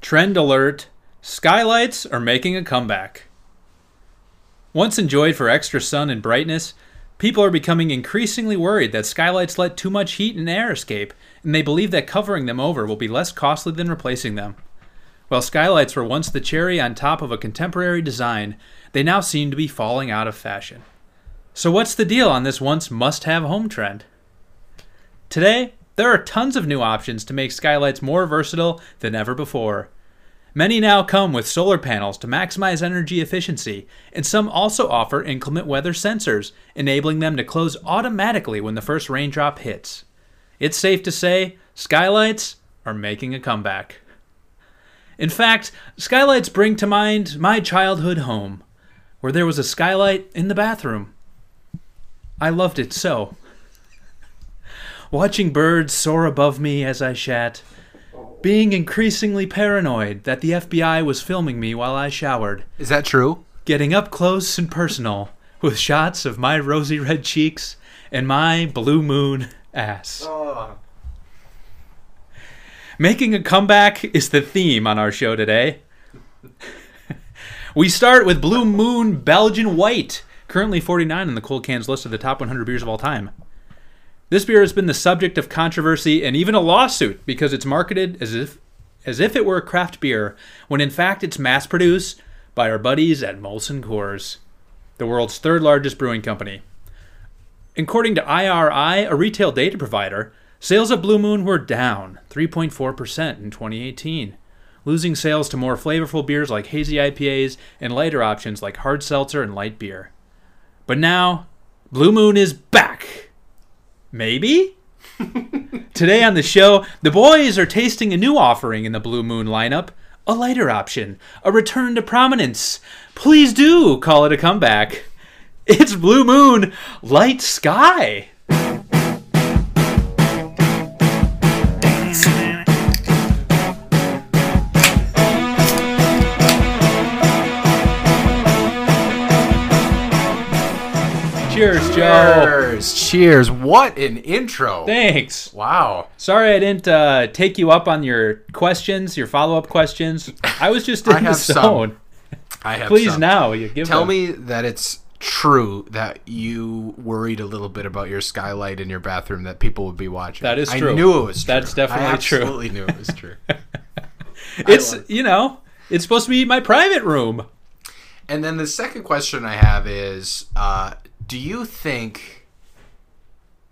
Trend alert skylights are making a comeback. Once enjoyed for extra sun and brightness, people are becoming increasingly worried that skylights let too much heat and air escape, and they believe that covering them over will be less costly than replacing them. While skylights were once the cherry on top of a contemporary design, they now seem to be falling out of fashion. So, what's the deal on this once must have home trend? Today, there are tons of new options to make skylights more versatile than ever before. Many now come with solar panels to maximize energy efficiency, and some also offer inclement weather sensors, enabling them to close automatically when the first raindrop hits. It's safe to say skylights are making a comeback. In fact, skylights bring to mind my childhood home, where there was a skylight in the bathroom. I loved it so. Watching birds soar above me as I shat, being increasingly paranoid that the FBI was filming me while I showered, Is that true? getting up close and personal with shots of my rosy red cheeks and my blue moon ass. Making a comeback is the theme on our show today. we start with Blue Moon Belgian White, currently 49 in the Cold Can's list of the top 100 beers of all time. This beer has been the subject of controversy and even a lawsuit because it's marketed as if as if it were a craft beer, when in fact it's mass produced by our buddies at Molson Coors, the world's third largest brewing company. According to IRI, a retail data provider, sales of Blue Moon were down 3.4% in 2018, losing sales to more flavorful beers like hazy IPAs and lighter options like hard seltzer and light beer. But now, Blue Moon is back. Maybe? Today on the show, the boys are tasting a new offering in the Blue Moon lineup a lighter option, a return to prominence. Please do call it a comeback. It's Blue Moon Light Sky. Cheers, Joe. Cheers. Cheers. What an intro. Thanks. Wow. Sorry I didn't uh, take you up on your questions, your follow-up questions. I was just in I the have some. zone. I have Please some. now, you give Tell them. me that it's true that you worried a little bit about your skylight in your bathroom that people would be watching. That is I true. knew it was true. That's definitely I true. absolutely knew it was true. It's love- you know, it's supposed to be my private room. And then the second question I have is, uh, do you think?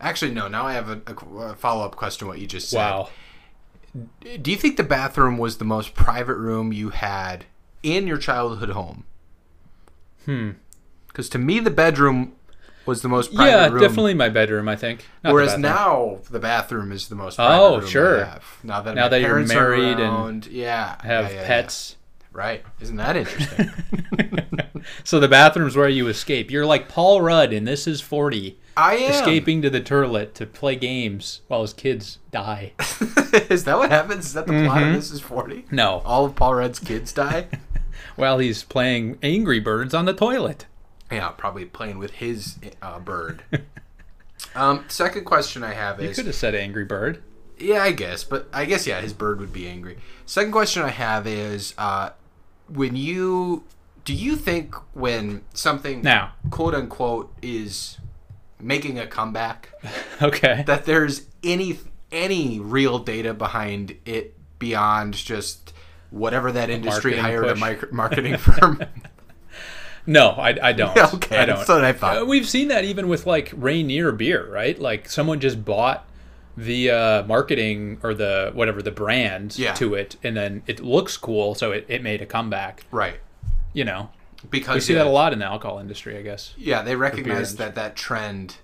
Actually, no. Now I have a, follow up question. What you just said. Wow. Do you think the bathroom was the most private room you had in your childhood home? Hmm. Because to me, the bedroom was the most private yeah, room. definitely my bedroom. I think. Not the Whereas bathroom. now the bathroom is the most. Private Oh, room sure. I have. Now that Now my that you're parents are married and around, yeah, I have yeah, yeah, yeah. pets. Right? Isn't that interesting? So the bathroom's where you escape. You're like Paul Rudd, and this is forty, I am. escaping to the turlet to play games while his kids die. is that what happens? Is that the plot Mm-hmm. of This Is Forty? No, All of Paul Rudd's kids die. while he's playing Angry Birds on the toilet. yeah, probably playing with his uh, bird. Um, second question I have You is could have said Angry Bird. Yeah, I guess, but I guess yeah, his bird would be angry. Second question I have is, uh, when you do you think when something Now. quote unquote is making a comeback Okay. that there's any any real data behind it beyond just whatever that industry marketing hired push. a micro- marketing firm? No, I, I don't. Yeah, okay, I don't. that's what I thought. Uh, we've seen that even with like Rainier beer, right? Like someone just bought the uh, marketing or the whatever the brand Yeah. to it, and then it looks cool, so it, it made a comeback. right, You know, because we see yeah, that a lot in the alcohol industry, I guess. Yeah, they recognize industry. that that trend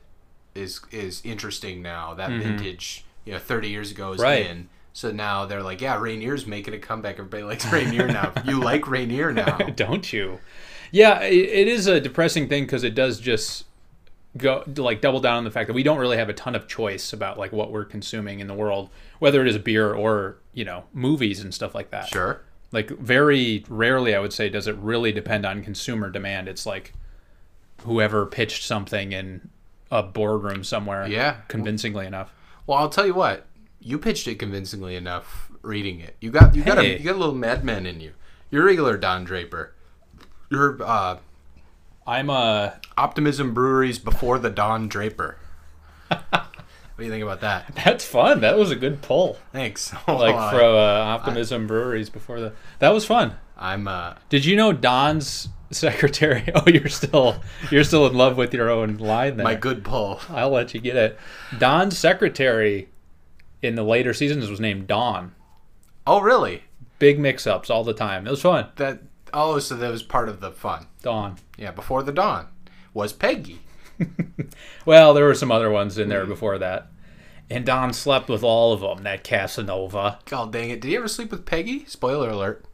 is is interesting now. That vintage, you know, 30 years ago is Mm-hmm. Right. in. So now they're like, yeah, Rainier's making a comeback. Everybody likes Rainier now. you like Rainier now. Don't you? Yeah, it, it is a depressing thing because it does just go like double down on the fact that we don't really have a ton of choice about like what we're consuming in the world, whether it is beer or you know movies and stuff like that. Sure. like very rarely i would say does it really depend on consumer demand it's like whoever pitched something in a boardroom somewhere Yeah. convincingly enough Well, I'll tell you what. You pitched it convincingly enough reading it. You got you got a Hey. you got a little madman in you. You're a regular Don Draper. You're uh, I'm uh, a. Optimism Breweries before the Don Draper. what do you think about that? That's fun. That was a good pull. Thanks. Like Uh, from uh, Optimism Breweries before the. That was fun. I'm uh, Did you know Don's secretary? Oh, you're still you're still in love with your own line there. my good pull. I'll let you get it. Don's secretary in the later seasons was named Don. Oh really? Big mix-ups all the time. It was fun. That oh so that was part of the fun. Don. Yeah, before the Don was Peggy. Well, there were some other ones in there before that. Mm-hmm. And Don slept with all of them. That Casanova. God dang it! Did he ever sleep with Peggy? Spoiler alert.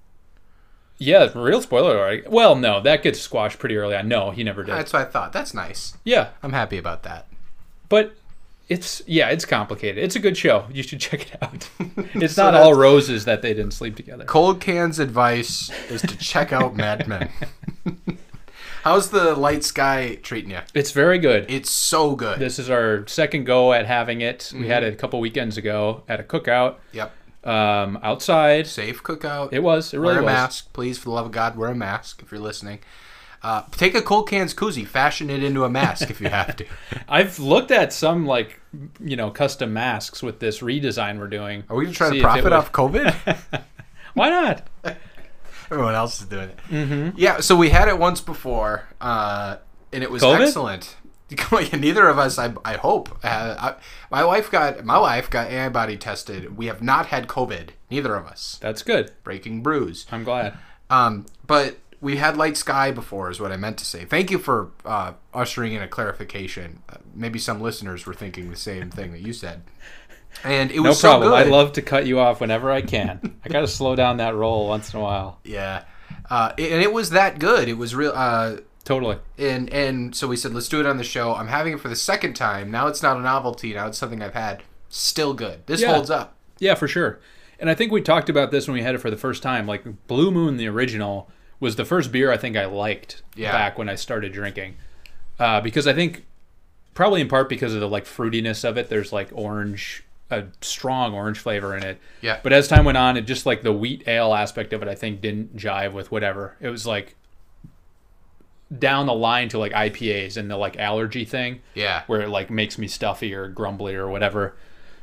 Yeah, real spoiler. alert. Well, no, that gets squashed pretty early on. No, he never did. That's what I thought. That's nice. yeah, I'm happy about that. but it's yeah, it's complicated. It's a good show. You should check it out. It's So not that's- all roses that they didn't sleep together. Cold Can's advice is to check out Mad Men. How's the light sky treating you? It's very good. It's so good. This is our second go at having it. We had it a couple weekends ago at a cookout yep. um, outside. Safe cookout. It was. It really wear a was. mask, please, for the love of God, wear a mask if you're listening. Uh, take a Cold Can's koozie, fashion it into a mask if you have to. I've looked at some like you know custom masks with this redesign we're doing. Are we gonna try See to if it profit would- off COVID? Why not? Everyone else is doing it. Mm-hmm. Yeah, so we had it once before, uh, and it was COVID? excellent. Neither of us, I, I hope. Uh, I, my wife got my wife got antibody tested. We have not had COVID. Neither of us. That's good. Breaking brews. I'm glad. Um, but we had light sky before, is what I meant to say. Thank you for uh, ushering in a clarification. Uh, maybe some listeners were thinking the same thing that you said, and it No was problem. so I good. love to cut you off whenever I can. I gotta slow down that roll once in a while. yeah, uh, it- and it was that good. It was real. Uh, Totally. and and so we said, let's do it on the show. I'm having it for the second time. Now it's not a novelty. Now it's something I've had. Still good. This Yeah. holds up. Yeah, for sure. And I think we talked about this when we had it for the first time. Like Blue Moon, the original, was the first beer I think I liked Yeah. back when I started drinking, uh, because I think probably in part because of the like fruitiness of it. There's like orange, a strong orange flavor in it. Yeah. But as time went on, it just like the wheat ale aspect of it, I think didn't jive with whatever. It was like down the line to like IPAs and the like allergy thing Yeah. where it like makes me stuffy or grumbly or whatever.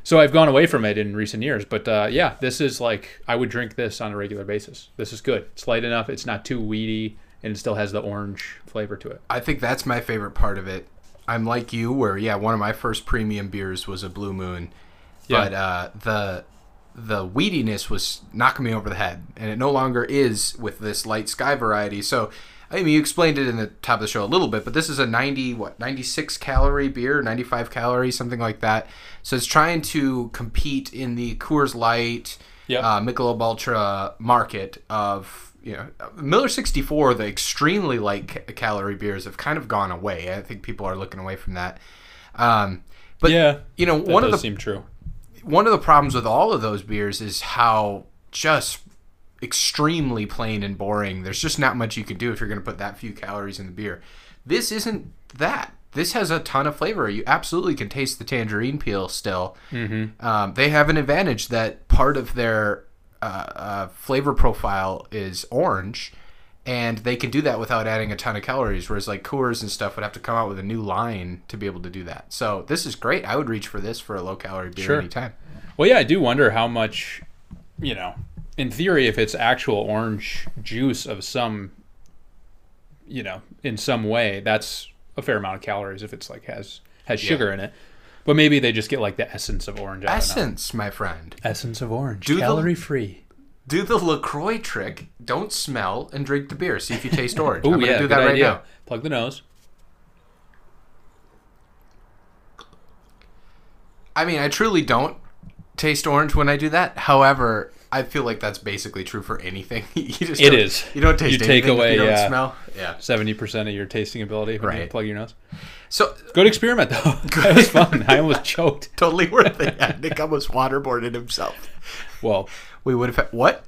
So I've gone away from it in recent years, but uh, yeah, this is like I would drink this on a regular basis. This is good. It's light enough. It's not too weedy, and it still has the orange flavor to it. I think that's my favorite part of it. I'm like you, where yeah, one of my first premium beers was a Blue Moon, Yeah. but uh, the the weediness was knocking me over the head, and it no longer is with this light sky variety. So, I mean, you explained it in the top of the show a little bit, but this is a 90 what 96 calorie beer, 95 calories, something like that. So it's trying to compete in the Coors Light, Yep. uh, Michelob Ultra market of you know Miller 64, the extremely light ca- calorie beers have kind of gone away. I think people are looking away from that. Um, but Yeah, you know That one of does the seem true. one of the problems with all of those beers is how just extremely plain and boring. There's just not much you can do if you're going to put that few calories in the beer. This isn't that. This has a ton of flavor. You absolutely can taste the tangerine peel still. Mm-hmm. Um, they have an advantage that part of their uh, uh, flavor profile is orange, and they can do that without adding a ton of calories. Whereas like Coors and stuff would have to come out with a new line to be able to do that. So this is great. I would reach for this for a low calorie beer Sure. anytime. Well, yeah, I do wonder how much, you know, in theory, if it's actual orange juice of some, you know, in some way, that's a fair amount of calories if it's like has has sugar in it. But maybe they just get like the essence of orange. I don't know. Essence, my friend. Essence of orange, the- calorie free. Do the LaCroix trick. Don't smell and drink the beer. See if you taste orange. I'm Oh going to yeah, do good that right idea. now. Plug the nose. I mean, I truly don't taste orange when I do that. However, I feel like that's basically true for anything. you just It don't- is. You don't taste You take anything if away, you don't yeah. smell. Yeah. Seventy percent of your tasting ability when you Right. plug your nose. So Good experiment though. that was fun. I almost choked. totally worth it. Yeah, Nick almost waterboarded himself. Well, We would have what?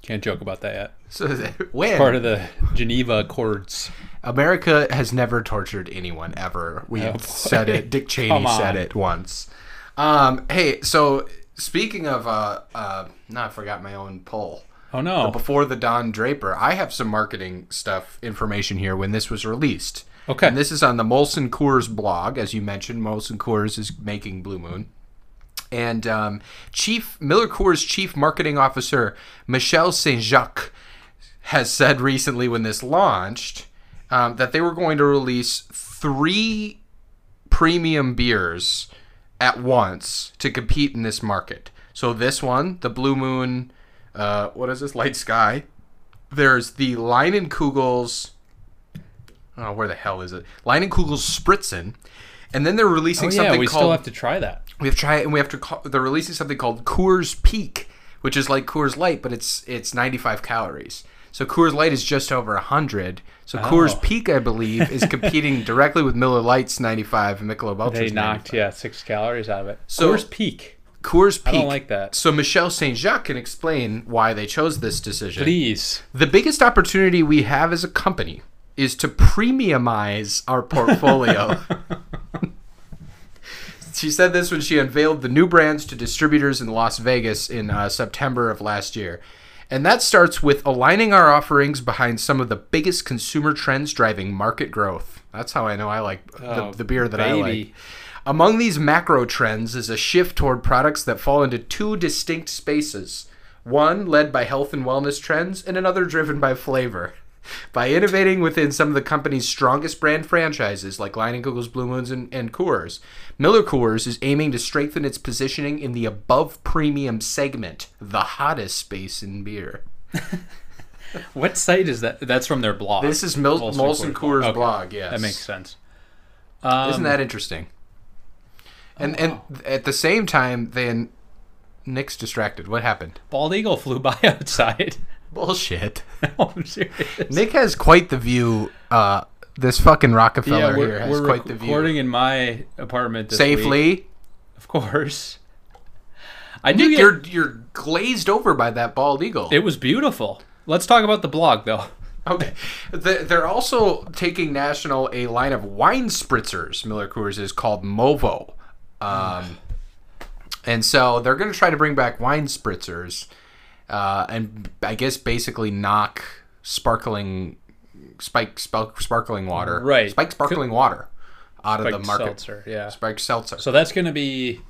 can't joke about that yet. So when Part of the Geneva Accords. America has never tortured anyone ever. We boy. have said it. Dick Cheney Come on. said it once. Um, hey, so Speaking of, uh, uh, no, I forgot my own poll. Oh no. Before the Don Draper, I have some marketing stuff information here when this was released. Okay. And this is on the Molson Coors blog, as you mentioned. Molson Coors is making Blue Moon. And um, Chief Miller Coors Chief Marketing Officer Michel Saint Jacques has said recently when this launched um, that they were going to release three premium beers at once to compete in this market. So this one, the Blue Moon, uh, what is this? Light Sky. There's the Line and Kugel's. Oh, where the hell is it? Line and Kugel's Spritzen, and then they're releasing Oh, yeah, something we called still have to try that. we have to try it, and we have to. Call, they're releasing something called Coors Peak, which is like Coors Light, but it's it's 95 calories. So Coors Light is just over 100. So Oh. Coors Peak, I believe, is competing directly with Miller Light's 95 and Michelob Ultra's. They 95. knocked yeah six calories out of it. So- Coors Peak. Coors I Peak. don't like that. So Michel Saint Jacques can explain why they chose this decision. Please. The biggest opportunity we have as a company is to premiumize our portfolio. she said this when she unveiled the new brands to distributors in Las Vegas in uh, September of last year. And that starts with aligning our offerings behind some of the biggest consumer trends driving market growth. That's how I know I like the, Oh, the beer that I like. Baby. Among these macro trends is a shift toward products that fall into two distinct spaces one led by health and wellness trends, and another driven by flavor. By innovating within some of the company's strongest brand franchises, like Lion and Google's Blue Moons and, and Coors, Miller Coors is aiming to strengthen its positioning in the above premium segment, the hottest space in beer. What site is that? That's from their blog. This is Mil- Molson Molson Coors Coors, blog. blog, yes. That makes sense. Isn't Um, that interesting? And oh, and at the same time, then Nick's distracted. What happened? Bald eagle flew by outside. Bullshit. no, I'm serious. Nick has quite the view. Uh, this fucking Rockefeller yeah, here we're, has we're quite the recording view. in my apartment this week, Safely, of course. I do Nick, get, you're you're glazed over by that bald eagle. it was beautiful. Let's talk about the blog though. Okay. The- They're also taking national a line of wine spritzers. Miller Coors is called Movo. Um, and so they're going to try to bring back wine spritzers uh, and I guess basically knock sparkling spike spark, sparkling water. Right. Spike sparkling water out of Spiked the market. seltzer, yeah. Spike seltzer. So that's going to be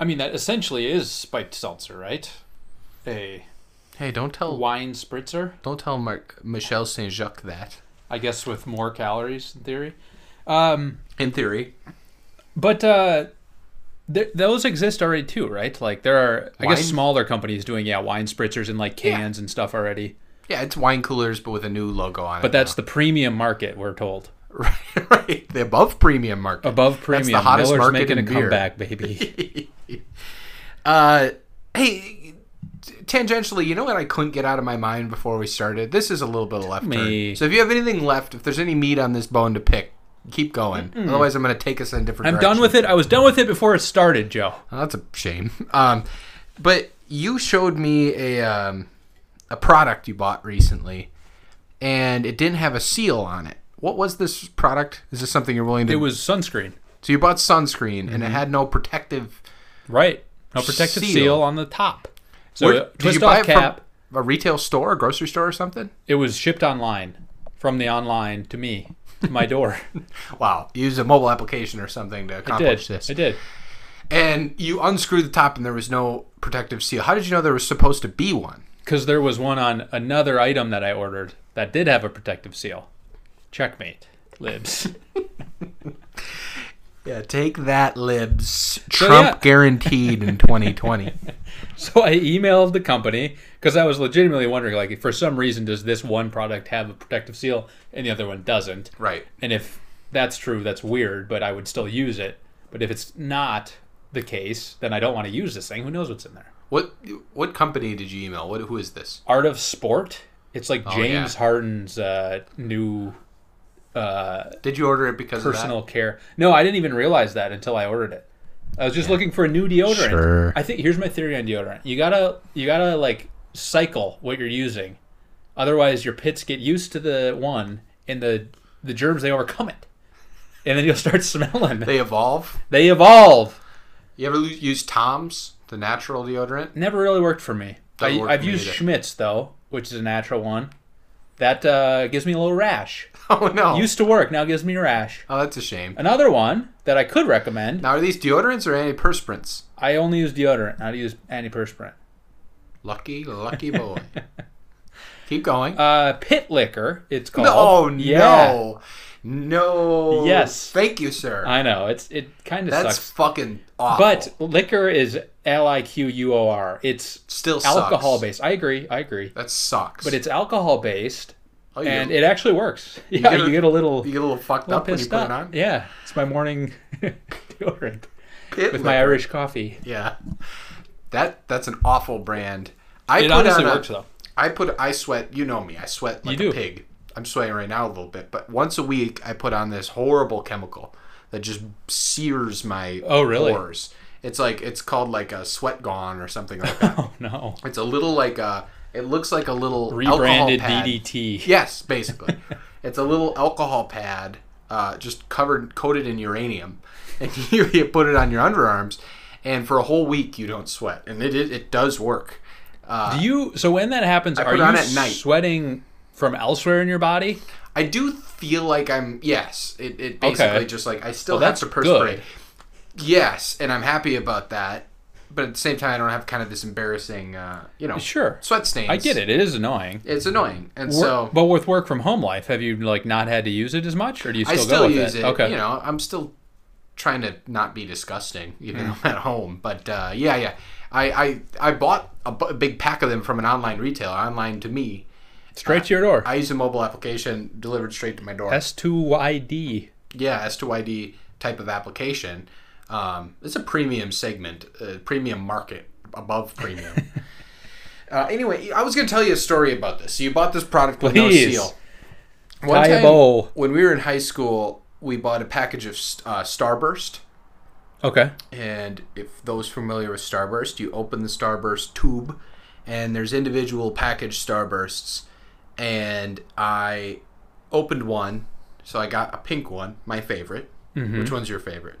I mean that essentially is spiked seltzer, right? A hey, don't tell wine spritzer, don't tell Mark, Michel Saint Jacques that. I guess with more calories in theory. Um In theory, But uh, th- those exist already too, right? Like there are, I Wine? guess, smaller companies doing yeah wine spritzers in like cans and stuff already. yeah, it's wine coolers but with a new logo on it. But that's the premium market we're told. right, right. The above premium market. Above premium, hottest Miller's market making a in beer. comeback, baby. Uh, hey, t- tangentially, you know what I couldn't get out of my mind before we started? This is a little bit of left me. turn. So if you have anything left, if there's any meat on this bone to pick, keep going. Otherwise, I'm going to take us in a different. Mm. I'm done with it. I was done with it before it started, Joe. Oh, that's a shame. Um, but you showed me a um, a product you bought recently, and it didn't have a seal on it. What was this product? Is this something you're willing to? It was sunscreen, so you bought sunscreen, and Mm-hmm. it had no protective. right? No protective seal, Seal. on the top. So Where- uh, did twist you off buy it from cap. a retail store, a grocery store, or something? It was shipped online from the online to me, to my door. Wow, you used a mobile application or something to I did. accomplish this. I did. And you unscrewed the top, and there was no protective seal. How did you know there was supposed to be one? because there was one on another item that I ordered that did have a protective seal. Checkmate, libs. Yeah, take that, libs. Trump Trump guaranteed in 2020. so I emailed the company because I was legitimately wondering, like, for some reason, does this one product have a protective seal and the other one doesn't? right. And if that's true, that's weird, but I would still use it. But if it's not the case, then I don't want to use this thing. Who knows what's in there? What what company did you email? What who is this? Art of Sport. It's like yeah. James Harden's uh, new uh, Did you order it because personal care. No, I didn't even realize that until I ordered it. I was just looking for a new deodorant. Sure. I think here's my theory on deodorant. You gotta you gotta like cycle what you're using. Otherwise your pits get used to the one and the the germs they overcome it. And then you'll start smelling. They evolve. They evolve. You ever lo- use Tom's? The natural deodorant. Never really worked for me. That I, worked I've for me used either. Schmitz though, which is a natural one. That uh, gives me a little rash. Oh no. Used to work, now gives me a rash. oh, that's a shame. Another one that I could recommend. Now, are these deodorants or antiperspirants? I only use deodorant. I use antiperspirant. Lucky, lucky boy. Keep going. Uh, pit liquor. It's called. oh Yeah. no, no. Yes. Thank you, sir. I know. It's it kind of that's sucks. fucking awful. But liquor is L I Q U O R. It's still sucks. alcohol based. I agree. I agree. That sucks. But it's alcohol based, oh, you, and get, it actually works. Yeah, get a- you get a little, you get a little fucked little up when you pissed put up. it on. Yeah, it's my morning deodorant Pit with my liquor. Irish coffee. Yeah, that that's an awful brand. I It put honestly on a- works though. I put I sweat. You know me. I sweat like You a do. pig. I'm sweating right now a little bit, but once a week I put on this horrible chemical that just sears my Oh, really? pores. It's like it's called like a sweat gone or something like that. Oh no, it's a little like a. It looks like a little alcohol rebranded pad. DDT. Yes, basically, it's a little alcohol pad, uh, just covered coated in uranium, and you, you put it on your underarms, and for a whole week you don't sweat, and it it, it does work. Uh, Do you? So when that happens, are put you it on at night. sweating from elsewhere in your body? I do feel like I'm yes. It, it basically Okay. just like I still Well, have that's to perspirate. good. Yes, and I'm happy about that. But at the same time, I don't have kind of this embarrassing, uh, you know, Sure, sweat stains. I get it. It is annoying. It's annoying, and Wor- so but with work from home life, have you like not had to use it as much, or do you I still, go still with use it. Okay, You know, I'm still trying to not be disgusting, even though Hmm. I'm at home. But uh, yeah, yeah, I, I I bought a bu- a big pack of them from an online retailer, online to me. straight to your door. I use a mobile application delivered straight to my door. S two I D. yeah s2id type of application um, it's a premium segment uh, premium market above premium uh, anyway i was going to tell you a story about this so you bought this product with Please. no seal one Tie a time bow. when we were in high school we bought a package of uh, starburst Okay. and if those familiar with starburst you open the starburst tube and there's individual packaged starbursts and i opened one so i got a pink one my favorite Mm-hmm. which one's your favorite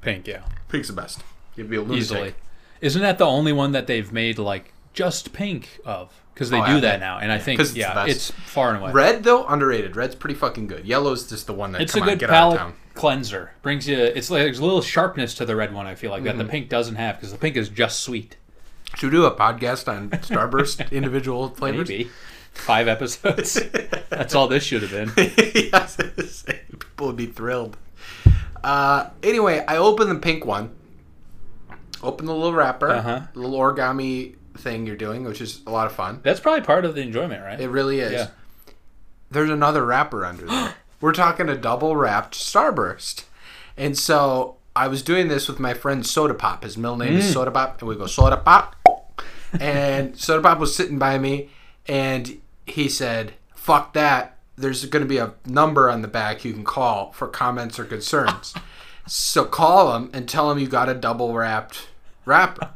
Pink, yeah, pink's the best you'd be a lunatic easily. Isn't that the only one that they've made like just pink of? Because they Oh, do yeah, that they- now, and I think 'cause it's the yeah, best. it's far and away. red though underrated red's pretty fucking good yellow's just the one that it's come a on, good get out of palette town cleanser. Brings you. It's like there's a little sharpness to the red one. I feel like Mm-hmm. that the pink doesn't have because the pink is just sweet. should we do a podcast on starburst individual flavors Maybe five episodes. That's all this should have been. yes, people would be thrilled. Uh, anyway, I open the pink one. Open the little wrapper, Uh-huh. little origami thing you're doing, which is a lot of fun. That's probably part of the enjoyment, right? It really is. Yeah. There's another wrapper under there. We're talking a double wrapped Starburst. And so I was doing this with my friend Soda Pop. His middle name Mm. is Soda Pop, and we go Soda Pop. and Soda Pop was sitting by me, and he said, "Fuck that." There's going to be a number on the back you can call for comments or concerns. so call him and tell him you got a double wrapped wrapper.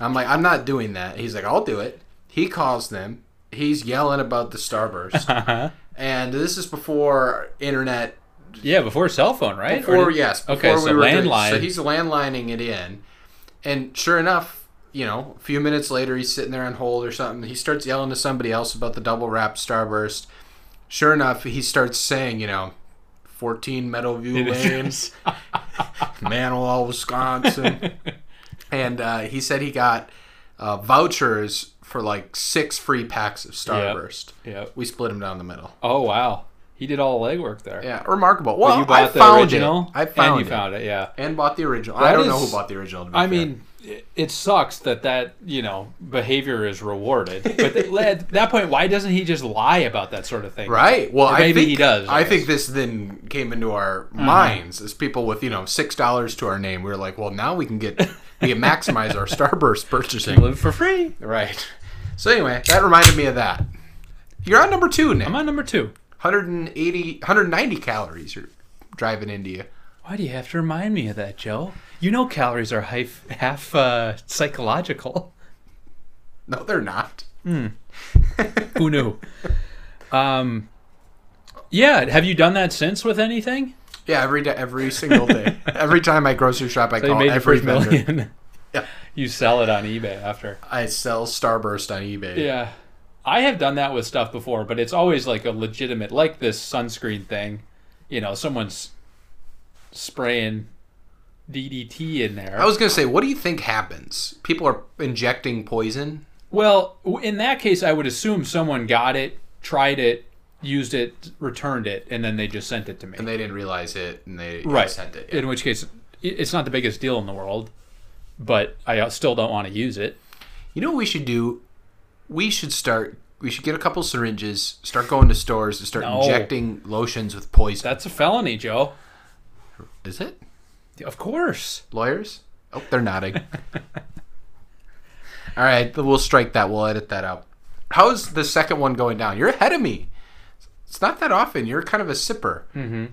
I'm like, I'm not doing that. He's like, I'll do it. He calls them. He's yelling about the starburst. Uh-huh. and this is before internet Yeah, before cell phone, right? Or before did- yes, before okay, so doing- landline. so he's landlining it in, and sure enough, you know, a few minutes later, he's sitting there on hold or something. He starts yelling to somebody else about the double wrap starburst. Sure enough, he starts saying, you know, fourteen Meadowview Lane, Manawha, Wisconsin, and uh, he said he got uh, vouchers for like six free packs of starburst. Yep. We split them down the middle. Oh wow, he did all the legwork there. Yeah, remarkable. Well, you I bought the found original. it. I found and you it found it. Yeah. and bought the original. I That don't know is- who bought the original. To be I fair. mean, it- it sucks that that you know behavior is rewarded. But th- at that point, why doesn't he just lie about that sort of thing? right? Well, I maybe think he does, I Uh-huh. I, think this then came into our minds as people with you know six dollars to our name. We were like, well, now we can get we can maximize our Starburst purchasing. Live for free. right. So anyway, that reminded me of that. You're on number two I'm now. on number two. 180, 190 calories. You're driving into you. Why do you have to remind me of that, Joe? You know calories are half, half uh, psychological. No, they're not. Who knew? um, yeah. Have you done that since with anything? Yeah, every day, every single day, every time I grocery shop, I They call made your Oh, every first vendor. million. Yeah. You sell it on eBay after. I sell Starburst on eBay. Yeah. I have done that with stuff before, but it's always like a legitimate, like this sunscreen thing. You know, someone's spraying DDT in there. I was gonna say, what do you think happens? People are injecting poison. Well, w- in that case, I would assume someone got it, tried it, used it, returned it, and then they just sent it to me. And they didn't realize it, and they right. sent it. In which case, i- it's not the biggest deal in the world, but I uh, still don't want to use it. You know what we should do? We should start. We should get a couple syringes. Start going to stores and start No. injecting lotions with poison. That's a felony, Joe. Is it Of course. lawyers? Oh, they're nodding. All right, we'll strike that. We'll edit that out. How's the second one going down? You're ahead of me. It's not that often. You're kind of a sipper, mm-hmm.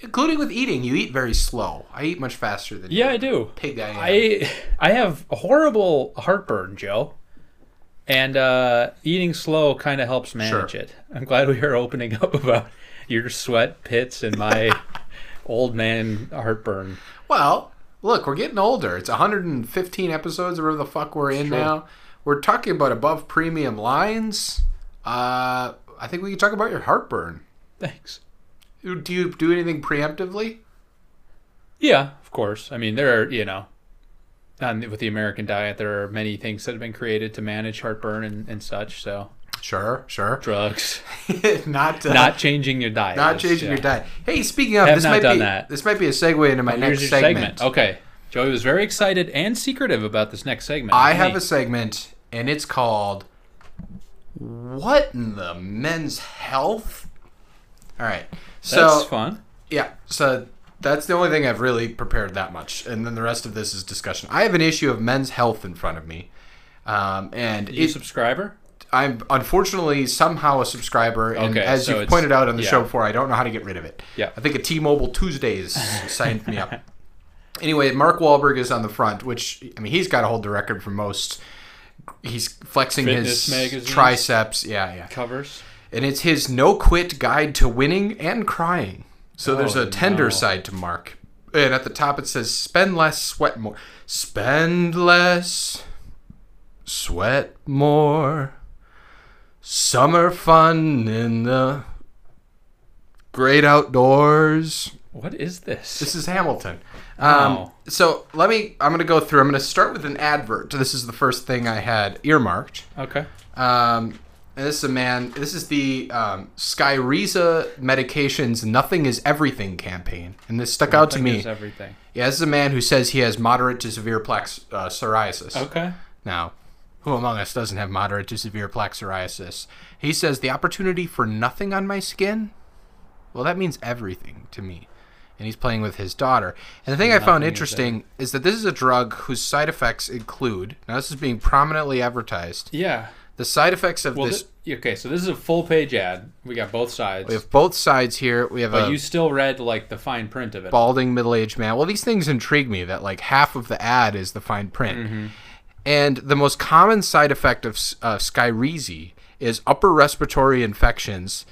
including with eating. You eat very slow. I eat much faster than Yeah, you. I do. Pig I am. I I have a horrible heartburn, Joe. And uh, eating slow kind of helps manage Sure. it. I'm glad we are opening up about your sweat pits and my old man heartburn. Well, look, we're getting older. It's 115 episodes, wherever the fuck we're in now. We're talking about above premium lines. Uh, I think we can talk about your heartburn. Thanks. Do you do anything preemptively? Yeah, of course. I mean, there are you know, on, with the American diet, there are many things that have been created to manage heartburn and, and such. So Sure, sure. drugs, not uh, not changing your diet, not is- changing yeah. your diet. Hey, speaking of, Have this not might done be that. this might be a segue into my Here's next your segment. segment. Okay, Joey was very excited and secretive about this next segment. I Hey. have a segment, and it's called "What in the Men's Health." All right, so That's fun. Yeah, so that's the only thing I've really prepared that much, and then the rest of this is discussion. I have an issue of men's health in front of me, um, and You it, subscriber? I'm unfortunately somehow a subscriber, and Okay, as so you've it's- pointed out on the yeah. show before, I don't know how to get rid of it. Yeah. I think a T-Mobile Tuesdays signed me up. Anyway, Mark Wahlberg is on the front, which I mean, he's got to hold the record for most. He's flexing Fitness his magazines. triceps. Yeah, yeah Covers. and it's his no quit guide to winning and crying. So there's Oh, a tender no. side to Mark. And at the top it says spend less, sweat more. Spend less, sweat more. Summer fun in the great outdoors. What is this? This is Hamilton. Um, Wow. So let me, I'm going to go through. I'm going to start with an advert. This is the first thing I had earmarked. okay. Um, and this is a man. This is the um, Skyriza medications. Nothing is everything campaign, and this stuck out to Thing me. is everything. Yeah, this is a man who says he has moderate to severe plaque uh, psoriasis. Okay. Now, who among us doesn't have moderate to severe plaque psoriasis? He says the opportunity for nothing on my skin. Well, that means everything to me. And he's playing with his daughter. And the thing I found Nothing is interesting is that this is a drug whose side effects include. Now, this is being prominently advertised. Yeah. The side effects of Well, this. thi- okay, so this is a full page ad. We got both sides. We have uh, both sides here. We have but a you still read like the fine print of it. balding middle-aged man. Well, these things intrigue me. That like half of the ad is the fine print, and the most common side effect of S- uh, Skyrizi is upper respiratory infections,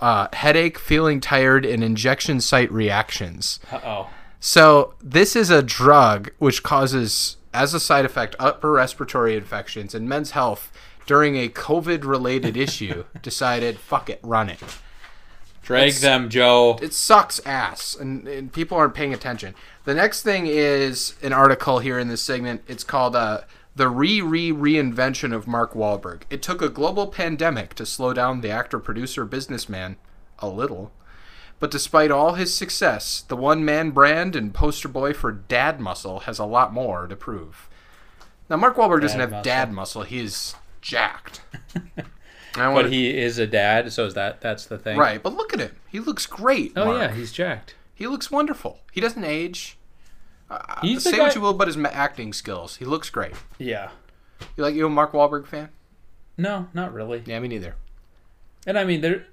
uh, headache, feeling tired, and injection site reactions. Uh oh. So this is a drug which causes, as a side effect, upper respiratory infections. And Men's Health, during a COVID-related issue, decided, "Fuck it, run it." Drag them, Joe. it sucks ass and, and people aren't paying attention the next thing is an article here in this segment it's called uh, the re-re-reinvention of mark Wahlberg. it took a global pandemic to slow down the actor producer businessman a little but despite all his success the one-man brand and poster boy for dad muscle has a lot more to prove now mark Wahlberg doesn't have Dad muscle. dad muscle he's jacked I But want he is a dad, so is that that's the thing. right but look at him he looks great Oh Mark. yeah, he's jacked. He looks wonderful. He doesn't age. He's the Uh, Say guy. what you will about his ma- acting skills. He looks great. yeah. You like you a Mark Wahlberg fan? No, not really. Yeah, me neither. And I mean, there,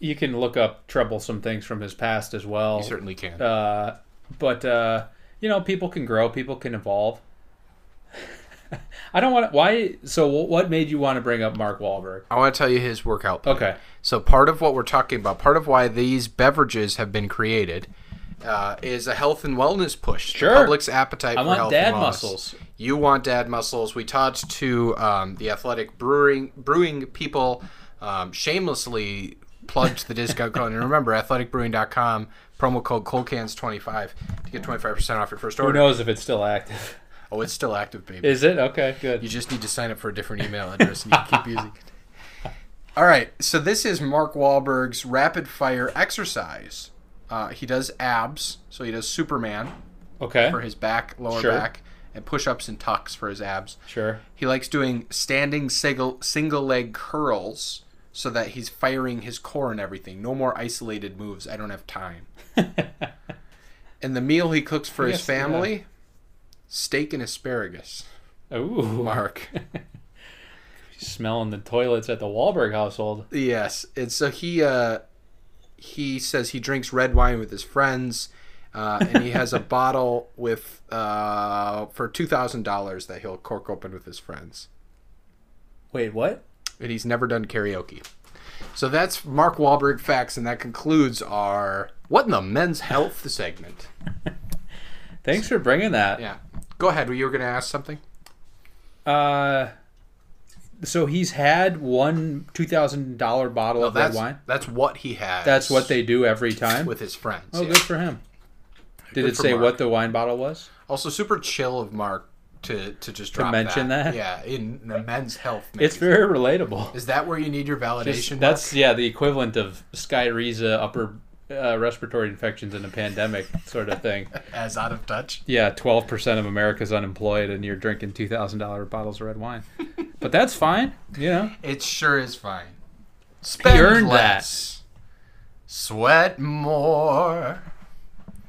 you can look up troublesome things from his past as well. You certainly can. Uh, but uh, you know, people can grow, people can evolve. I don't want to. Why? So, wh- what made you want to bring up Mark Wahlberg? I want to tell you his workout. plan. Okay, So part of what we're talking about, part of why these beverages have been created, uh, is a health and wellness push. The Sure. public's appetite I for want health dad and wellness. muscles. You want dad muscles. We talked to um, the athletic brewing brewing people. Um, shamelessly plugged the discount code. And remember, athleticbrewing.com promo code ColdCans25 to get 25% off your first Who order. knows if it's still active? Oh, it's still active, baby. Is it okay? You Good. just need to sign up for a different email address and you can keep using it. All right, so this is Mark Wahlberg's rapid fire exercise. Uh, he does abs, so he does Superman Okay. for his back, lower Sure. back, and push ups and tucks for his abs. Sure. He likes doing standing single single leg curls so that he's firing his core and everything. No more isolated moves. I don't have time. and the meal he cooks for his Yes, yeah. family, steak and asparagus. Ooh. Mark. Smelling the toilets at the Wahlberg household. yes. And so he uh he says he drinks red wine with his friends. Uh, and he has a bottle with uh, for two thousand dollars that he'll cork open with his friends. Wait, what? and he's never done karaoke. So that's Mark Wahlberg facts, and that concludes our what in the men's health segment. Thanks for bringing that. Yeah, go ahead. You were going to ask something. Uh, so he's had one two thousand dollar bottle of red That's wine. that's what he has. That's what they do every time. with his friends. oh, yeah. good for him. Did Good it for say Mark. what the wine bottle was? Also, super chill of Mark to to just drop mention that? Yeah, in the men's health. It's magazine. very relatable. Is that where you need your validation? That's Mark? yeah, the equivalent of Skyriza upper uh, respiratory infections in a pandemic sort of thing. as out of touch. Yeah, twelve percent of America's unemployed, and you're drinking two thousand dollar bottles of red wine. But that's fine. You know, It sure is fine. Spend earned less. Sweat more.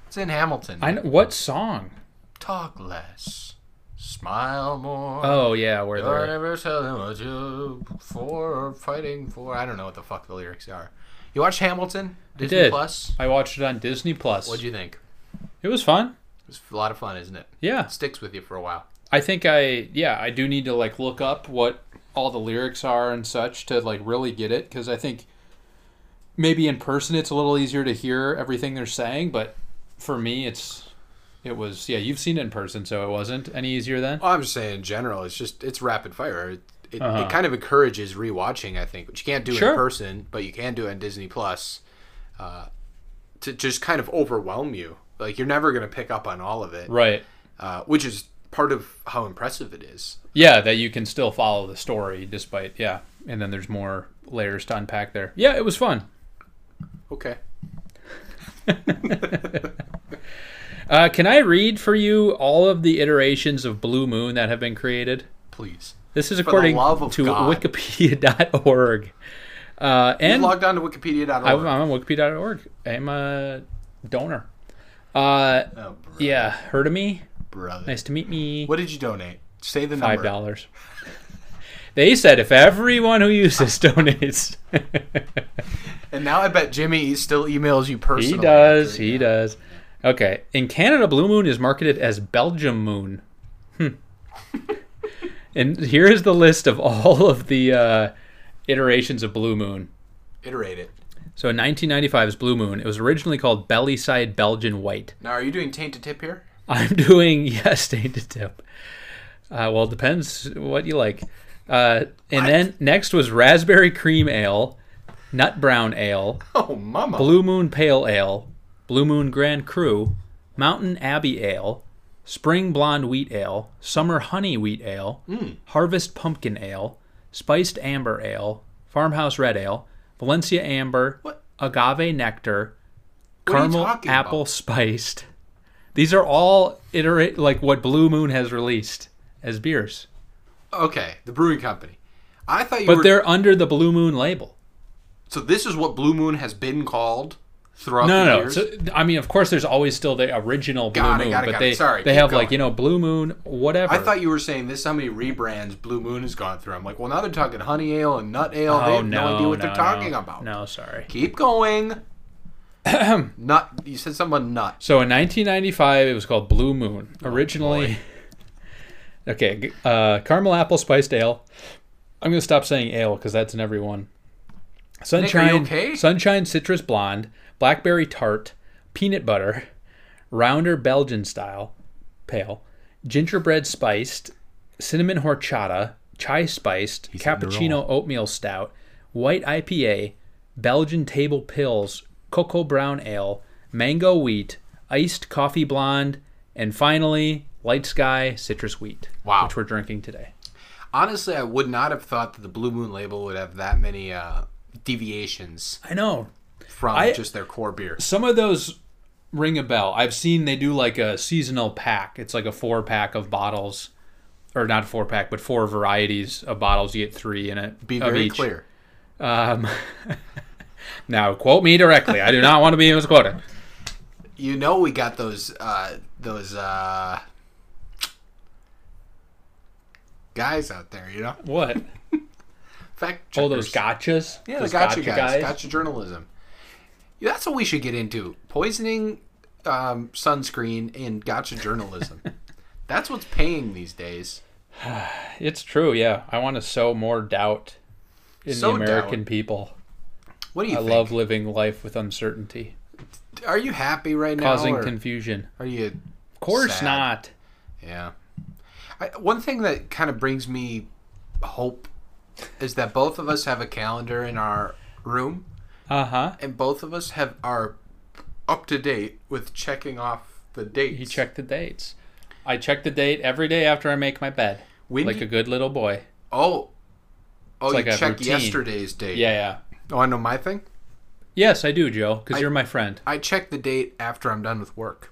It's in Hamilton. I know, what song? Talk less. Smile more. Oh yeah, where Don't they're ever tell them what you for or fighting for. I don't know what the fuck the lyrics are. You watched Hamilton? Disney did. Plus? I watched it on Disney Plus. What'd you think? It was fun. It's a lot of fun, isn't it? Yeah, It sticks with you for a while. I think I yeah I do need to like look up what all the lyrics are and such to like really get it because I think maybe in person it's a little easier to hear everything they're saying, but for me it's it was yeah you've seen it in person so it wasn't any easier then. Well, I'm just saying in general, it's just it's rapid fire. It, it, Uh-huh. it kind of encourages rewatching, I think, which you can't do Sure. in person, but you can do it on Disney Plus, uh, to just kind of overwhelm you. Like you're never gonna pick up on all of it, Right. uh, which is part of how impressive it is. Yeah, that you can still follow the story despite yeah, and then there's more layers to unpack there. Yeah, it was fun. Okay, Uh, can I read for you all of the iterations of Blue Moon that have been created? please. This is the according love of to God. Wikipedia.org. Uh, and Logged on to Wikipedia.org. I, am on Wikipedia.org. I'm a donor. Uh, oh, bro- yeah, heard of me? brother. Nice to meet me. What did you donate? Say the Five number. dollars. they said if everyone who uses donates, And now I bet Jimmy still emails you personally. he does. after- He does. Okay. In Canada, Blue Moon is marketed as Belgium Moon. Hmm. and here is the list of all of the uh, iterations of Blue Moon. Iterate it. So in 1995's Blue Moon, it was originally called Bellyside Belgian White. Now, are you doing tainted tip here? I'm doing yes, tainted tip. Uh, well, it depends what you like. Uh, and then next was raspberry cream ale, nut brown ale, Oh, mama. blue moon pale ale, blue moon grand cru, mountain abbey ale, spring blonde wheat ale, summer honey wheat ale, Hmm. harvest pumpkin ale, spiced amber ale, farmhouse red ale, Valencia amber, What? agave nectar, What are you caramel talking apple about? spiced. These are all iterate like what Blue Moon has released as beers, Okay, the brewing company. I thought you but were. they're under the Blue Moon label. So this is what Blue Moon has been called throughout No, the no, no. years. So, I mean, of course, there's always still the original Blue Got it, Moon, got it, but got it. they Sorry, they keep have going. like you know Blue Moon, whatever. I thought you were saying this is how many rebrands Blue Moon has gone through. I'm like, well, now they're talking honey ale and nut ale. they oh have no, idea what no, they're talking no. about. No, sorry. Keep going. nut. You said someone nut. So in 1995, it was called Blue Oh, Moon. Originally, okay, g- uh, caramel apple spiced ale. I'm gonna stop saying ale because that's in every one. Sunshine, okay? sunshine citrus blonde, blackberry tart, peanut butter, rounder Belgian style, pale, gingerbread spiced, cinnamon horchata, chai spiced, hitting the cappuccino oatmeal stout, white IPA, Belgian table pills, cocoa brown ale, mango wheat, iced coffee blonde, and finally light sky citrus wheat. Wow. which we're drinking today. Honestly, I would not have thought that the Blue Moon label would have that many uh, deviations I know from I- just their core beer. some of those ring a bell. I've seen they do like a seasonal pack. It's like a four pack of bottles, or not four pack, but four varieties of bottles. You get three in it. Be of very each. clear. Now quote me directly. I do not want to be misquoted. You know, we got those uh, those uh, guys out there. You know, What? fact checkers. Oh, those gotchas. Yeah, those the gotcha, guys, gotcha journalism. Yeah, that's what we should get into: poisoning um, sunscreen and gotcha journalism. that's what's paying these days. It's true. Yeah, I want to sow more doubt in Sow the American doubt. people. What do you I think? love living life with uncertainty, Are you happy right now? causing or confusion. are you? Of course Sad. not. Yeah. I, one thing that kind of brings me hope is that both of us have a calendar in our room, Uh huh. and both of us have are up to date with checking off the dates. You check the dates. I check the date every day after I make my bed, when like you- a good little boy. Oh, oh, It's you like a check routine. yesterday's date. Yeah, yeah. Oh, I know my thing. Yes, I do, Joe, because you're my friend. I check the date after I'm done with work,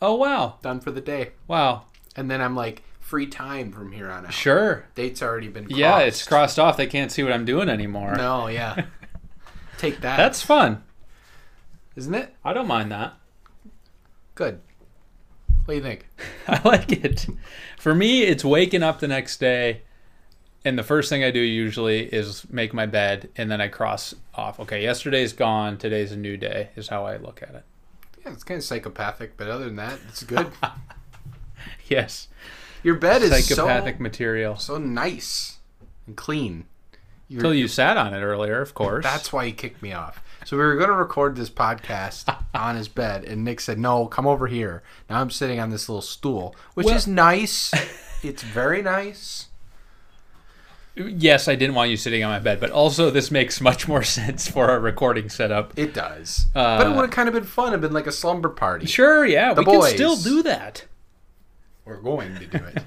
Oh wow, done for the day, wow. and then I'm like free time from here on out. Sure. Date's already been. Crossed. Yeah, it's crossed off. They can't see what I'm doing anymore. No, yeah. Take that. That's fun. isn't it I don't mind that. good? What do you think? I like it. For me, it's waking up the next day, and the first thing I do usually is make my bed, and then I cross off. Okay, yesterday's gone. Today's a new day. Is how I look at it. Yeah, it's kind of psychopathic, but other than that, it's good. Yes, Your bed is psychopathic so material. so nice and clean. Until you sat on it earlier, of course. That's why he kicked me off. So we were going to record this podcast on his bed, and Nick said, "No, come over here." Now I'm sitting on this little stool, which Well- is nice. it's very nice. yes. I didn't want you sitting on my bed, but also this makes much more sense for our recording setup. It does, but Uh, it would have kind of been fun. It'd been like a slumber party. Sure, yeah, we boys. can still do that. We're going to do it.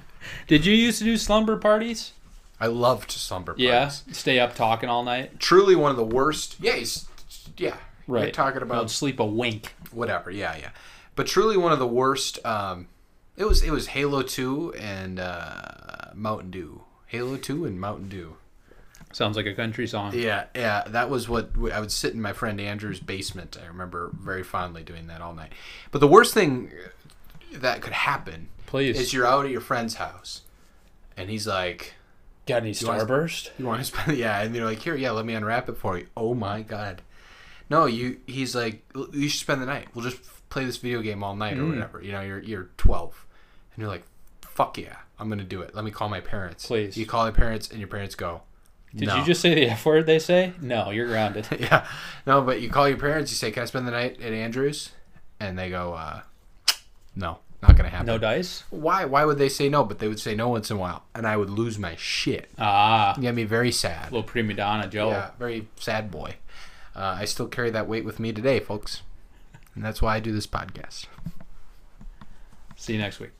Did you used to do slumber parties? I loved slumber parties. Yeah, stay up talking all night. truly one of the worst. Yeah, he's, yeah. Right, You're talking about don't sleep a wink. whatever. Yeah, yeah. But truly one of the worst. Um, it was it was Halo Two and uh, Mountain Dew. Halo Two and Mountain Dew. Sounds like a country song. Yeah, yeah. That was what we- I would sit in my friend Andrew's basement. I remember very fondly doing that all night. But the worst thing uh, that could happen Please. is you're out at your friend's house, and he's like. Got any want- starburst? You want to spend, yeah, and you're like, here, yeah, let me unwrap it for you. Oh my god, no, you. He's like, "L- you should spend the night. We'll just play this video game all night or Mm. whatever. You know, you're you're 12, and you're like, fuck yeah, I'm gonna do it. Let me call my parents. Please. You call your parents, and your parents go. Did "No." you just say the F word they say? No, you're grounded. yeah, no, but you call your parents. You say, can I spend the night at Andrews? And they go, uh, no, not gonna happen. No dice? Why? Why would they say no? But they would say no once in a while, and I would lose my shit. Ah, It'd get me very sad. little prima donna, Joe. Yeah, very sad boy. Uh, I still carry that weight with me today, folks. And that's why I do this podcast. See you next week.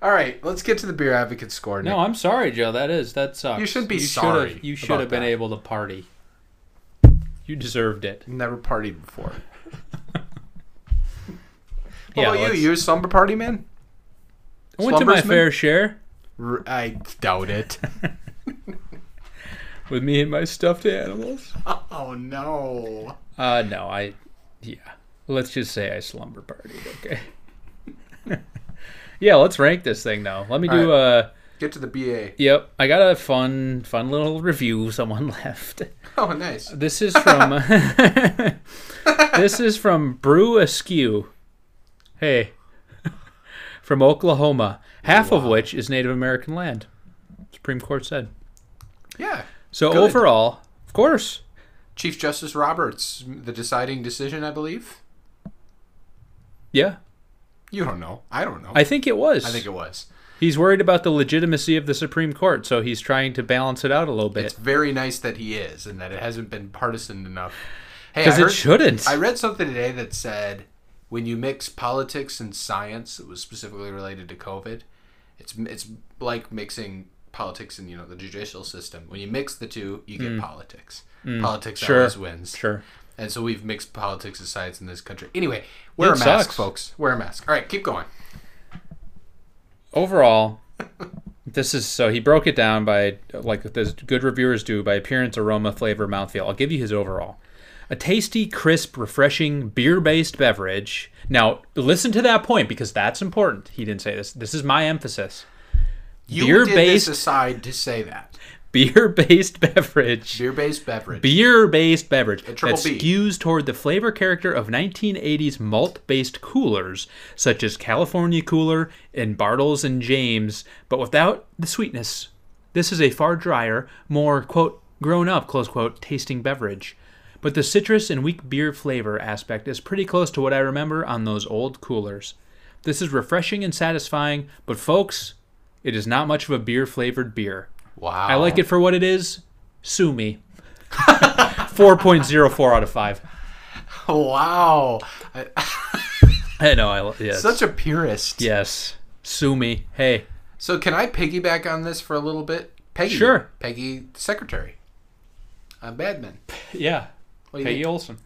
All right, let's get to the beer advocate score. Nick. No, I'm sorry, Joe. That is that sucks. You should be should've- sorry you should have about been that. able to party. You deserved it. never partied before. Yeah, What about let's- you? You a slumber party man? I went to my Slumbersman? fair share R- I doubt it. with me and my stuffed animals. oh no! Uh, no, I, yeah. Let's just say I slumber partied, okay? yeah, let's rank this thing though. Let me do. Uh, Get to the BA. yep, I got a fun, fun little review someone left. Oh, nice. This is from. this is from Brew Askew. Hey, from Oklahoma, half of which is Native American land. Supreme Court said. Yeah. So Good. overall, of course, Chief Justice Roberts, the deciding decision, I believe. yeah, You don't know. I don't know. I think it was. I think it was. He's worried about the legitimacy of the Supreme Court, so he's trying to balance it out a little It's bit. very nice that he is, and that it hasn't been partisan enough. Hey, I Because it heard- shouldn't. I read something today that said when you mix politics and science, it was specifically related to COVID. It's it's like mixing politics and you know the judicial system. When you mix the two, you get politics. Politics Mm. Sure. always wins. Sure. And so we've mixed politics and science in this country. Anyway, wear It a mask, sucks. folks. Wear a mask. All right, keep going. Overall, this is so he broke it down by like the good reviewers do by appearance, aroma, flavor, mouthfeel. I'll give you his overall. A tasty, crisp, refreshing beer-based beverage. Now, listen to that point because that's important. He didn't say this. This is my emphasis. You did Beer-based- this aside to say that Beer-based beverage. beer-based beverage. beer-based beverage that triple B. skews toward the flavor character of 1980s malt-based coolers such as California Cooler and Bartles and James, but without the sweetness. This is a far drier, more quote grown-up close quote tasting beverage. But the citrus and weak beer flavor aspect is pretty close to what I remember on those old coolers. This is refreshing and satisfying, but folks, it is not much of a beer flavored beer. wow. I like it for what it is. Sue me. 4.04 out of 5. Wow. I, I know. I, yes. such a purist. yes. Sue me. Hey. So can I piggyback on this for a little bit? Peggy. Sure. Peggy, secretary. I'm Badman. Yeah. do you Peggy Olson.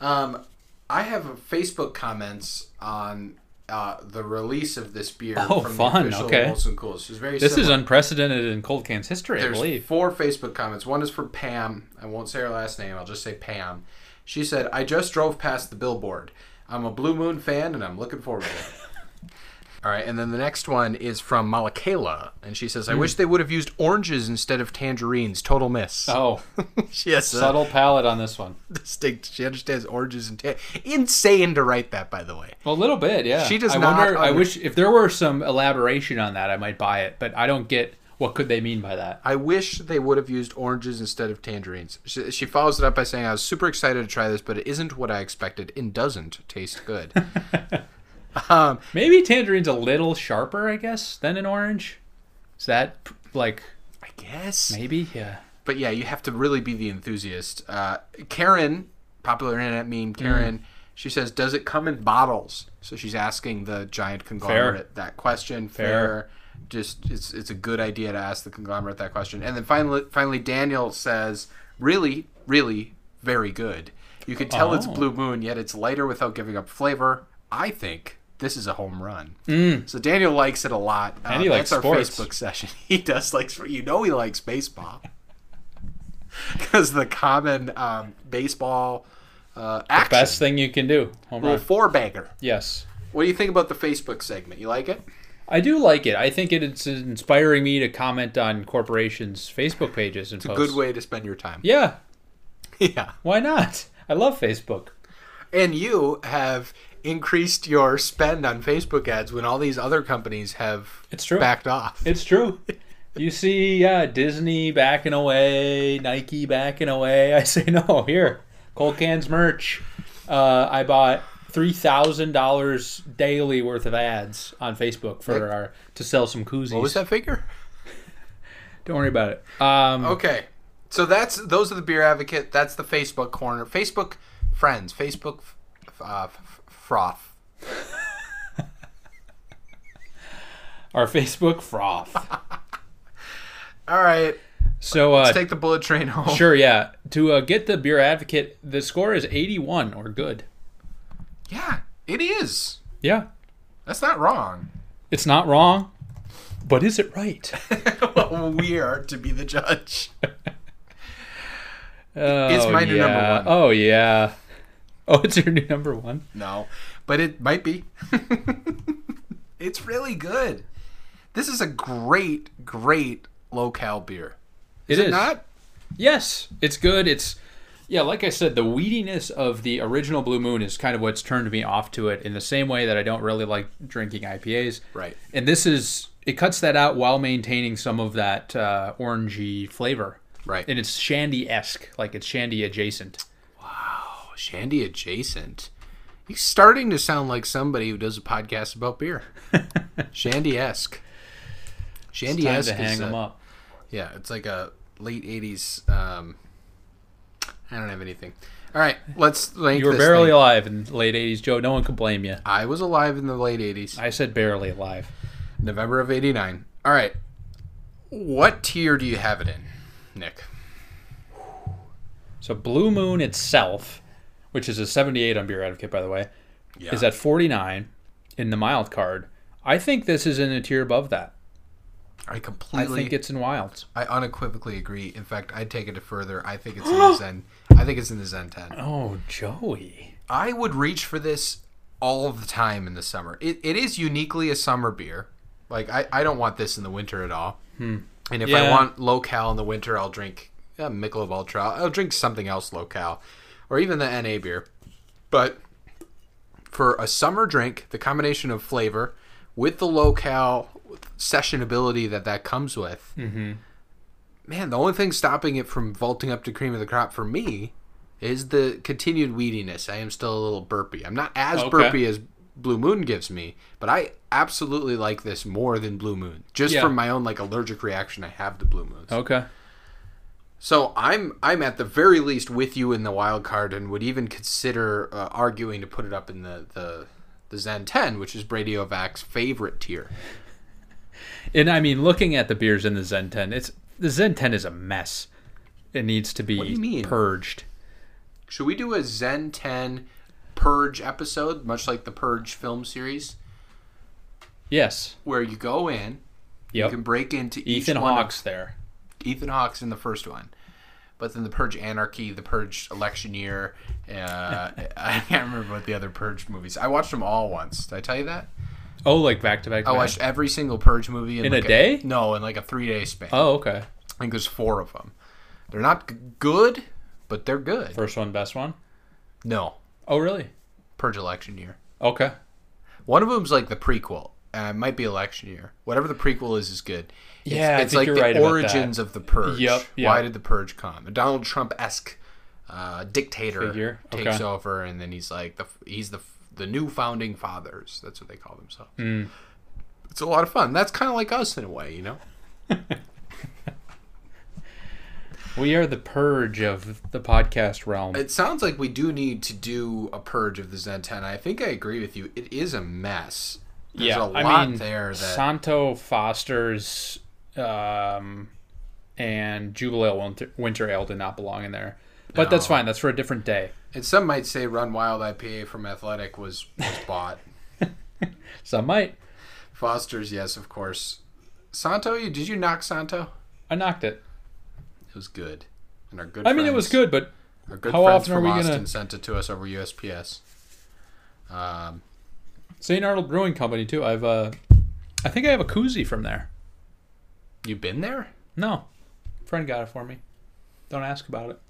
Um, I have a Facebook comments on uh, the release of this beer Oh, from fun. the official Okay. Molson Coors. It's very This similar. is unprecedented in Cold Can's history, I There's believe. four Facebook comments. One is for Pam. I won't say her last name. I'll just say Pam. She said, "I just drove past the billboard. I'm a Blue Moon fan, and I'm looking forward to it." All right, and then the next one is from Malakela, and she Hmm. says, "I wish they would have used oranges instead of tangerines. Total miss." Oh, she has a subtle palette on this one. distinct. She understands oranges and tan. Insane to write that, by the way. Well, a little bit, yeah. She does I not Wonder, I under- wish if there were some elaboration on that, I might buy it, but I don't get what could they mean by that. I wish they would have used oranges instead of tangerines. She, she follows it up by saying, I was super excited to try this, but it isn't what I expected and doesn't taste good. um, Maybe tangerine's a little sharper, I guess, than an orange. Is that like I guess. maybe? Yeah. But yeah, you have to really be the enthusiast. Uh, Karen, popular internet Mm. meme, Karen, she says, Does it come in bottles? So she's asking the giant conglomerate that question. Fair. Just it's it's a good idea to ask the conglomerate that question. And then finally finally Daniel says, Really, really very good. You can tell it's Oh. blue moon, yet it's lighter without giving up flavor. I think this is a home run. So Daniel likes it a lot. Uh, Mm. And he likes that's sports. our Facebook session. He does like you know he likes baseball because the common um, baseball uh, action Best thing you can do. Home little run. four bagger. Yes. What do you think about the Facebook segment? You like it? I do like it. I think it, it's inspiring me to comment on corporations' Facebook pages and posts. Good way to spend your time. Yeah, Yeah. why not? I love Facebook. And you have increased your spend on Facebook ads when all these other companies have It's true. backed off. It's true. You see, yeah, Disney backing away, Nike backing away. I say no. Here, Cold Cans merch. Uh, I bought three thousand dollars daily worth of ads on Facebook for our to sell some koozies. what was that figure? Don't worry about it. Um, Okay. So that's those are the beer advocate. That's the Facebook corner. Facebook friends. Facebook f- f- uh, f- froth. Our Facebook froth. All right. So uh, Let's take the bullet train home. Sure, yeah. To uh, get the beer advocate, the score is 81 or good. Yeah, it is. Yeah. That's not wrong. It's not wrong, but is it right? well, we are to be the judge. Oh, my new yeah. number one. Oh, yeah. Oh, it's your new number one? No, but it might be. it's really good. This is a great, great locale beer. Is Is it not? Yes, it's good. It's yeah, like I said, the weediness of the original Blue Moon is kind of what's turned me off to it. In the same way that I don't really like drinking IPAs, Right. And this is it cuts that out while maintaining some of that uh, orangey flavor, Right. And it's shandy esque, like it's shandy adjacent. Oh, Shandy adjacent. He's starting to sound like somebody who does a podcast about beer. Shandy esque. Shandy Time esque. to hang them up. Yeah, it's like a late '80s. Um, I don't have anything. All right, let's link You were this barely thing. alive in the late 80s, Joe. No one could blame you. I was alive in the late '80s, I said barely alive. November of '89. All right, what tier do you have it in, Nick? So Blue Moon itself, which is a 78 on Beer Advocate, by the way, Yeah. is at 49 in the mild card. I think this is in a tier above that. I I completely, I, think it's in wilds. unequivocally agree. In fact, I'd take it further. I think it's in the Zen. I think it's in the Zen ten. Oh, Joey. I would reach for this all the time in the summer. It, it is uniquely a summer beer. Like I, I don't want this in the winter at all. And if I Hmm. Yeah. want locale in the winter, I'll drink uh, Michelob Ultra. I'll drink something else locale, or even the NA beer. But for a summer drink, the combination of flavor with the locale sessionability that that comes with, Mm-hmm. man, the only thing stopping it from vaulting up to cream of the crop for me is the continued weediness. I am still a little burpy. I'm not as Okay. burpy as Blue Moon gives me, but I absolutely like this more than Blue Moon, just Yeah. from my own like allergic reaction I have to Blue Moons. Okay. So I'm I'm at the very least with you in the wild card, and would even consider uh, arguing to put it up in the the. The Zen 10, which is Bradiovac favorite tier. And I mean, looking at the beers in the Zen 10, it's the Zen 10 is a mess. It needs to be do you mean? purged. Should we do a Zen 10 Purge episode, much like the Purge film series? Yes. where you go in, you Yep. can break into Ethan each one of- Hawke's there. Ethan Hawke's in the first one, but then the Purge Anarchy, the Purge Election Year. Uh, I can't remember what the other Purge movies. I watched them all once. Did I tell you that? Oh, like back to back. to I back. watched every single Purge movie in, In like a day? No, in like a three day span. Oh, okay. I think there's four of them. They're not g- good, but they're good. First one, best one. No, Oh, really? Purge Election Year. Okay. One of them's like the prequel. Uh, it might be election year. Whatever the prequel is, is good. It's, Yeah, I it's think like you're the right about origins of the purge. Yep, yep. Why did the purge come? A Donald Trump esque uh, dictator Figure, takes okay. over, and then he's like the he's the the new founding fathers. That's what they call themselves. Hmm. It's a lot of fun. That's kind of like us in a way, you know. We are the purge of the podcast realm. It sounds like we do need to do a purge of the Zen Ten. I think I agree with you. It is a mess. There's yeah, a lot I mean, there that Santo Foster's um, and Jubilee Winter, Winter Ale did not belong in there. But that's fine. That's for a different day. and some might say Run Wild IPA from Athletic was was bought. Some might. Foster's, yes, of course. Santo, you did you knock Santo? I knocked it. It was good. And our good I mean, it was friends- good, but Our good How friends often are from we Austin gonna- sent it to us over USPS. Um, St. Arnold Brewing Company too. I've uh, I think I have a koozie from there. you been there? No, friend got it for me. Don't ask about it.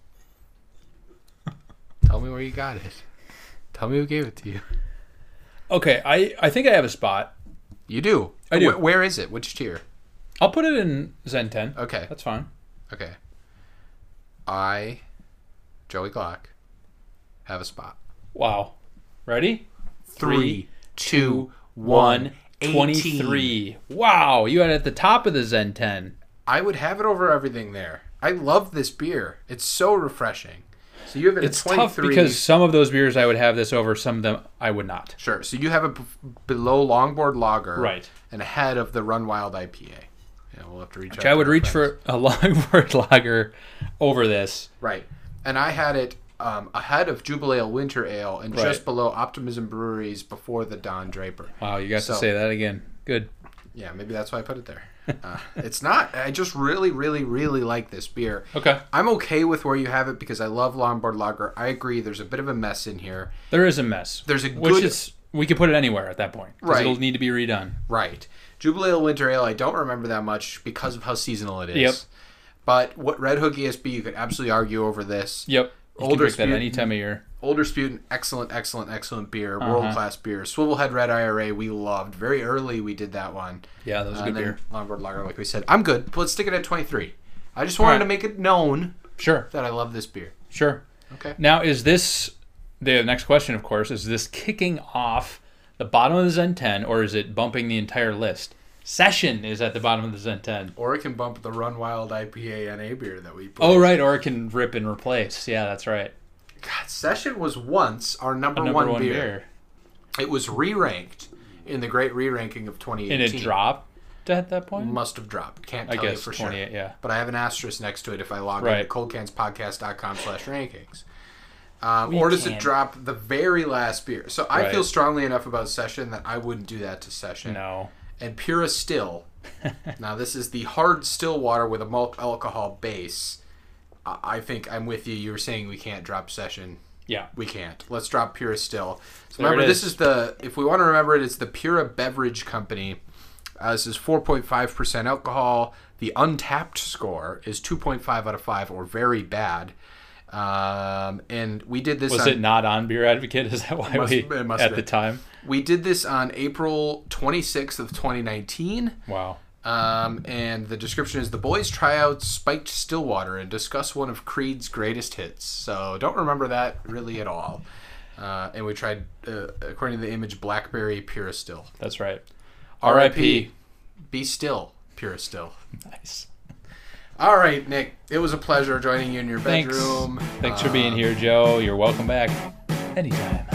Tell me where you got it. Tell me who gave it to you. Okay, I I think I have a spot. You do. I do. Wh- where is it? Which tier? I'll put it in Zen 10. Okay. That's fine. Okay. I, Joey Glock, have a spot. Wow. Ready? Three, Three, two, one, One 18. twenty-three. Wow, you had it at the top of the Zen 10. I would have it over everything there. I love this beer. It's so refreshing. So you have it It's at 23. tough because some of those beers I would have this over, some of them I would not. Sure. So you have a b- below longboard lager, Right. and ahead of the Run Wild IPA. Yeah, we'll have to reach. out Which I to would our reach friends. for a Longboard Lager over this. right, and I had it um, ahead of Jubilee Ale Winter Ale and Right. just below Optimism Breweries before the Don Draper. Wow, you got So- to say that again. Good. Yeah, maybe that's why I put it there. Uh, it's not. I just really, really, really like this beer. Okay. I'm okay with where you have it because I love longboard lager. I agree. There's a bit of a mess in here. There is a mess. There's a which good- is we could put it anywhere at that point. 'cause Right. It'll need to be redone. Right. Jubilee Ale Winter Ale, I don't remember that much because of how seasonal it is. Yep. But what Red Hook ESB, you could absolutely argue over this. Yep. You Older can drink that Sput- any time of year. Older Sputin, excellent, excellent, excellent beer, Uh-huh. world class beer. Swivelhead Red IRA, we loved. Very early, we did that one. Yeah, that was a and good Uh, then beer. Longboard Lager, like we said. I'm good. Let's stick it at 23. I just wanted Alright. to make it known Sure. that I love this beer. Sure. Okay. Now is this the next question, of course, is this kicking off the bottom of the Zen 10 or is it bumping the entire list? Session is at the bottom of the Zen 10. Or it can bump the Run Wild IPA NA beer that we put. Oh, right. Or it can rip and replace. Yeah, that's right. God, Session was once our number, Number one, beer. It was re ranked in the great re ranking of 2018. And it dropped at that point? Must have dropped. Can't I tell guess you for 28, sure. yeah. But I have an asterisk next to it if I log Right. into coldcanspodcast.com slash rankings. Um, or does can. it drop the very last beer? So I Right. feel strongly enough about Session that I wouldn't do that to Session. No. and Pura Still. now this is the hard still water with a malt alcohol base. I I think I'm with you. You were saying we can't drop session. Yeah. We can't. Let's drop Pura Still. So There it remember, this is. is the if we want to remember it, it's the Pura Beverage Company. Uh, this is 4.5 percent alcohol. The untapped score is 2.5 out of five, or very bad. Um, and we did this. Was on, it not on Beer Advocate? Is that why Must- we, it must at have the been. time? We did this on April 26th of 2019. Wow. Um, and the description is the boys try out spiked Stillwater and discuss one of Creed's greatest hits. So don't remember that really at all. Uh, and we tried, uh, according to the image, Blackberry Pure Still. That's right. R.I.P. Be still, Pure Still. Nice. All right, Nick. It was a pleasure joining you in your Thanks. bedroom. Uh, Thanks for being here, Joe. You're welcome back anytime.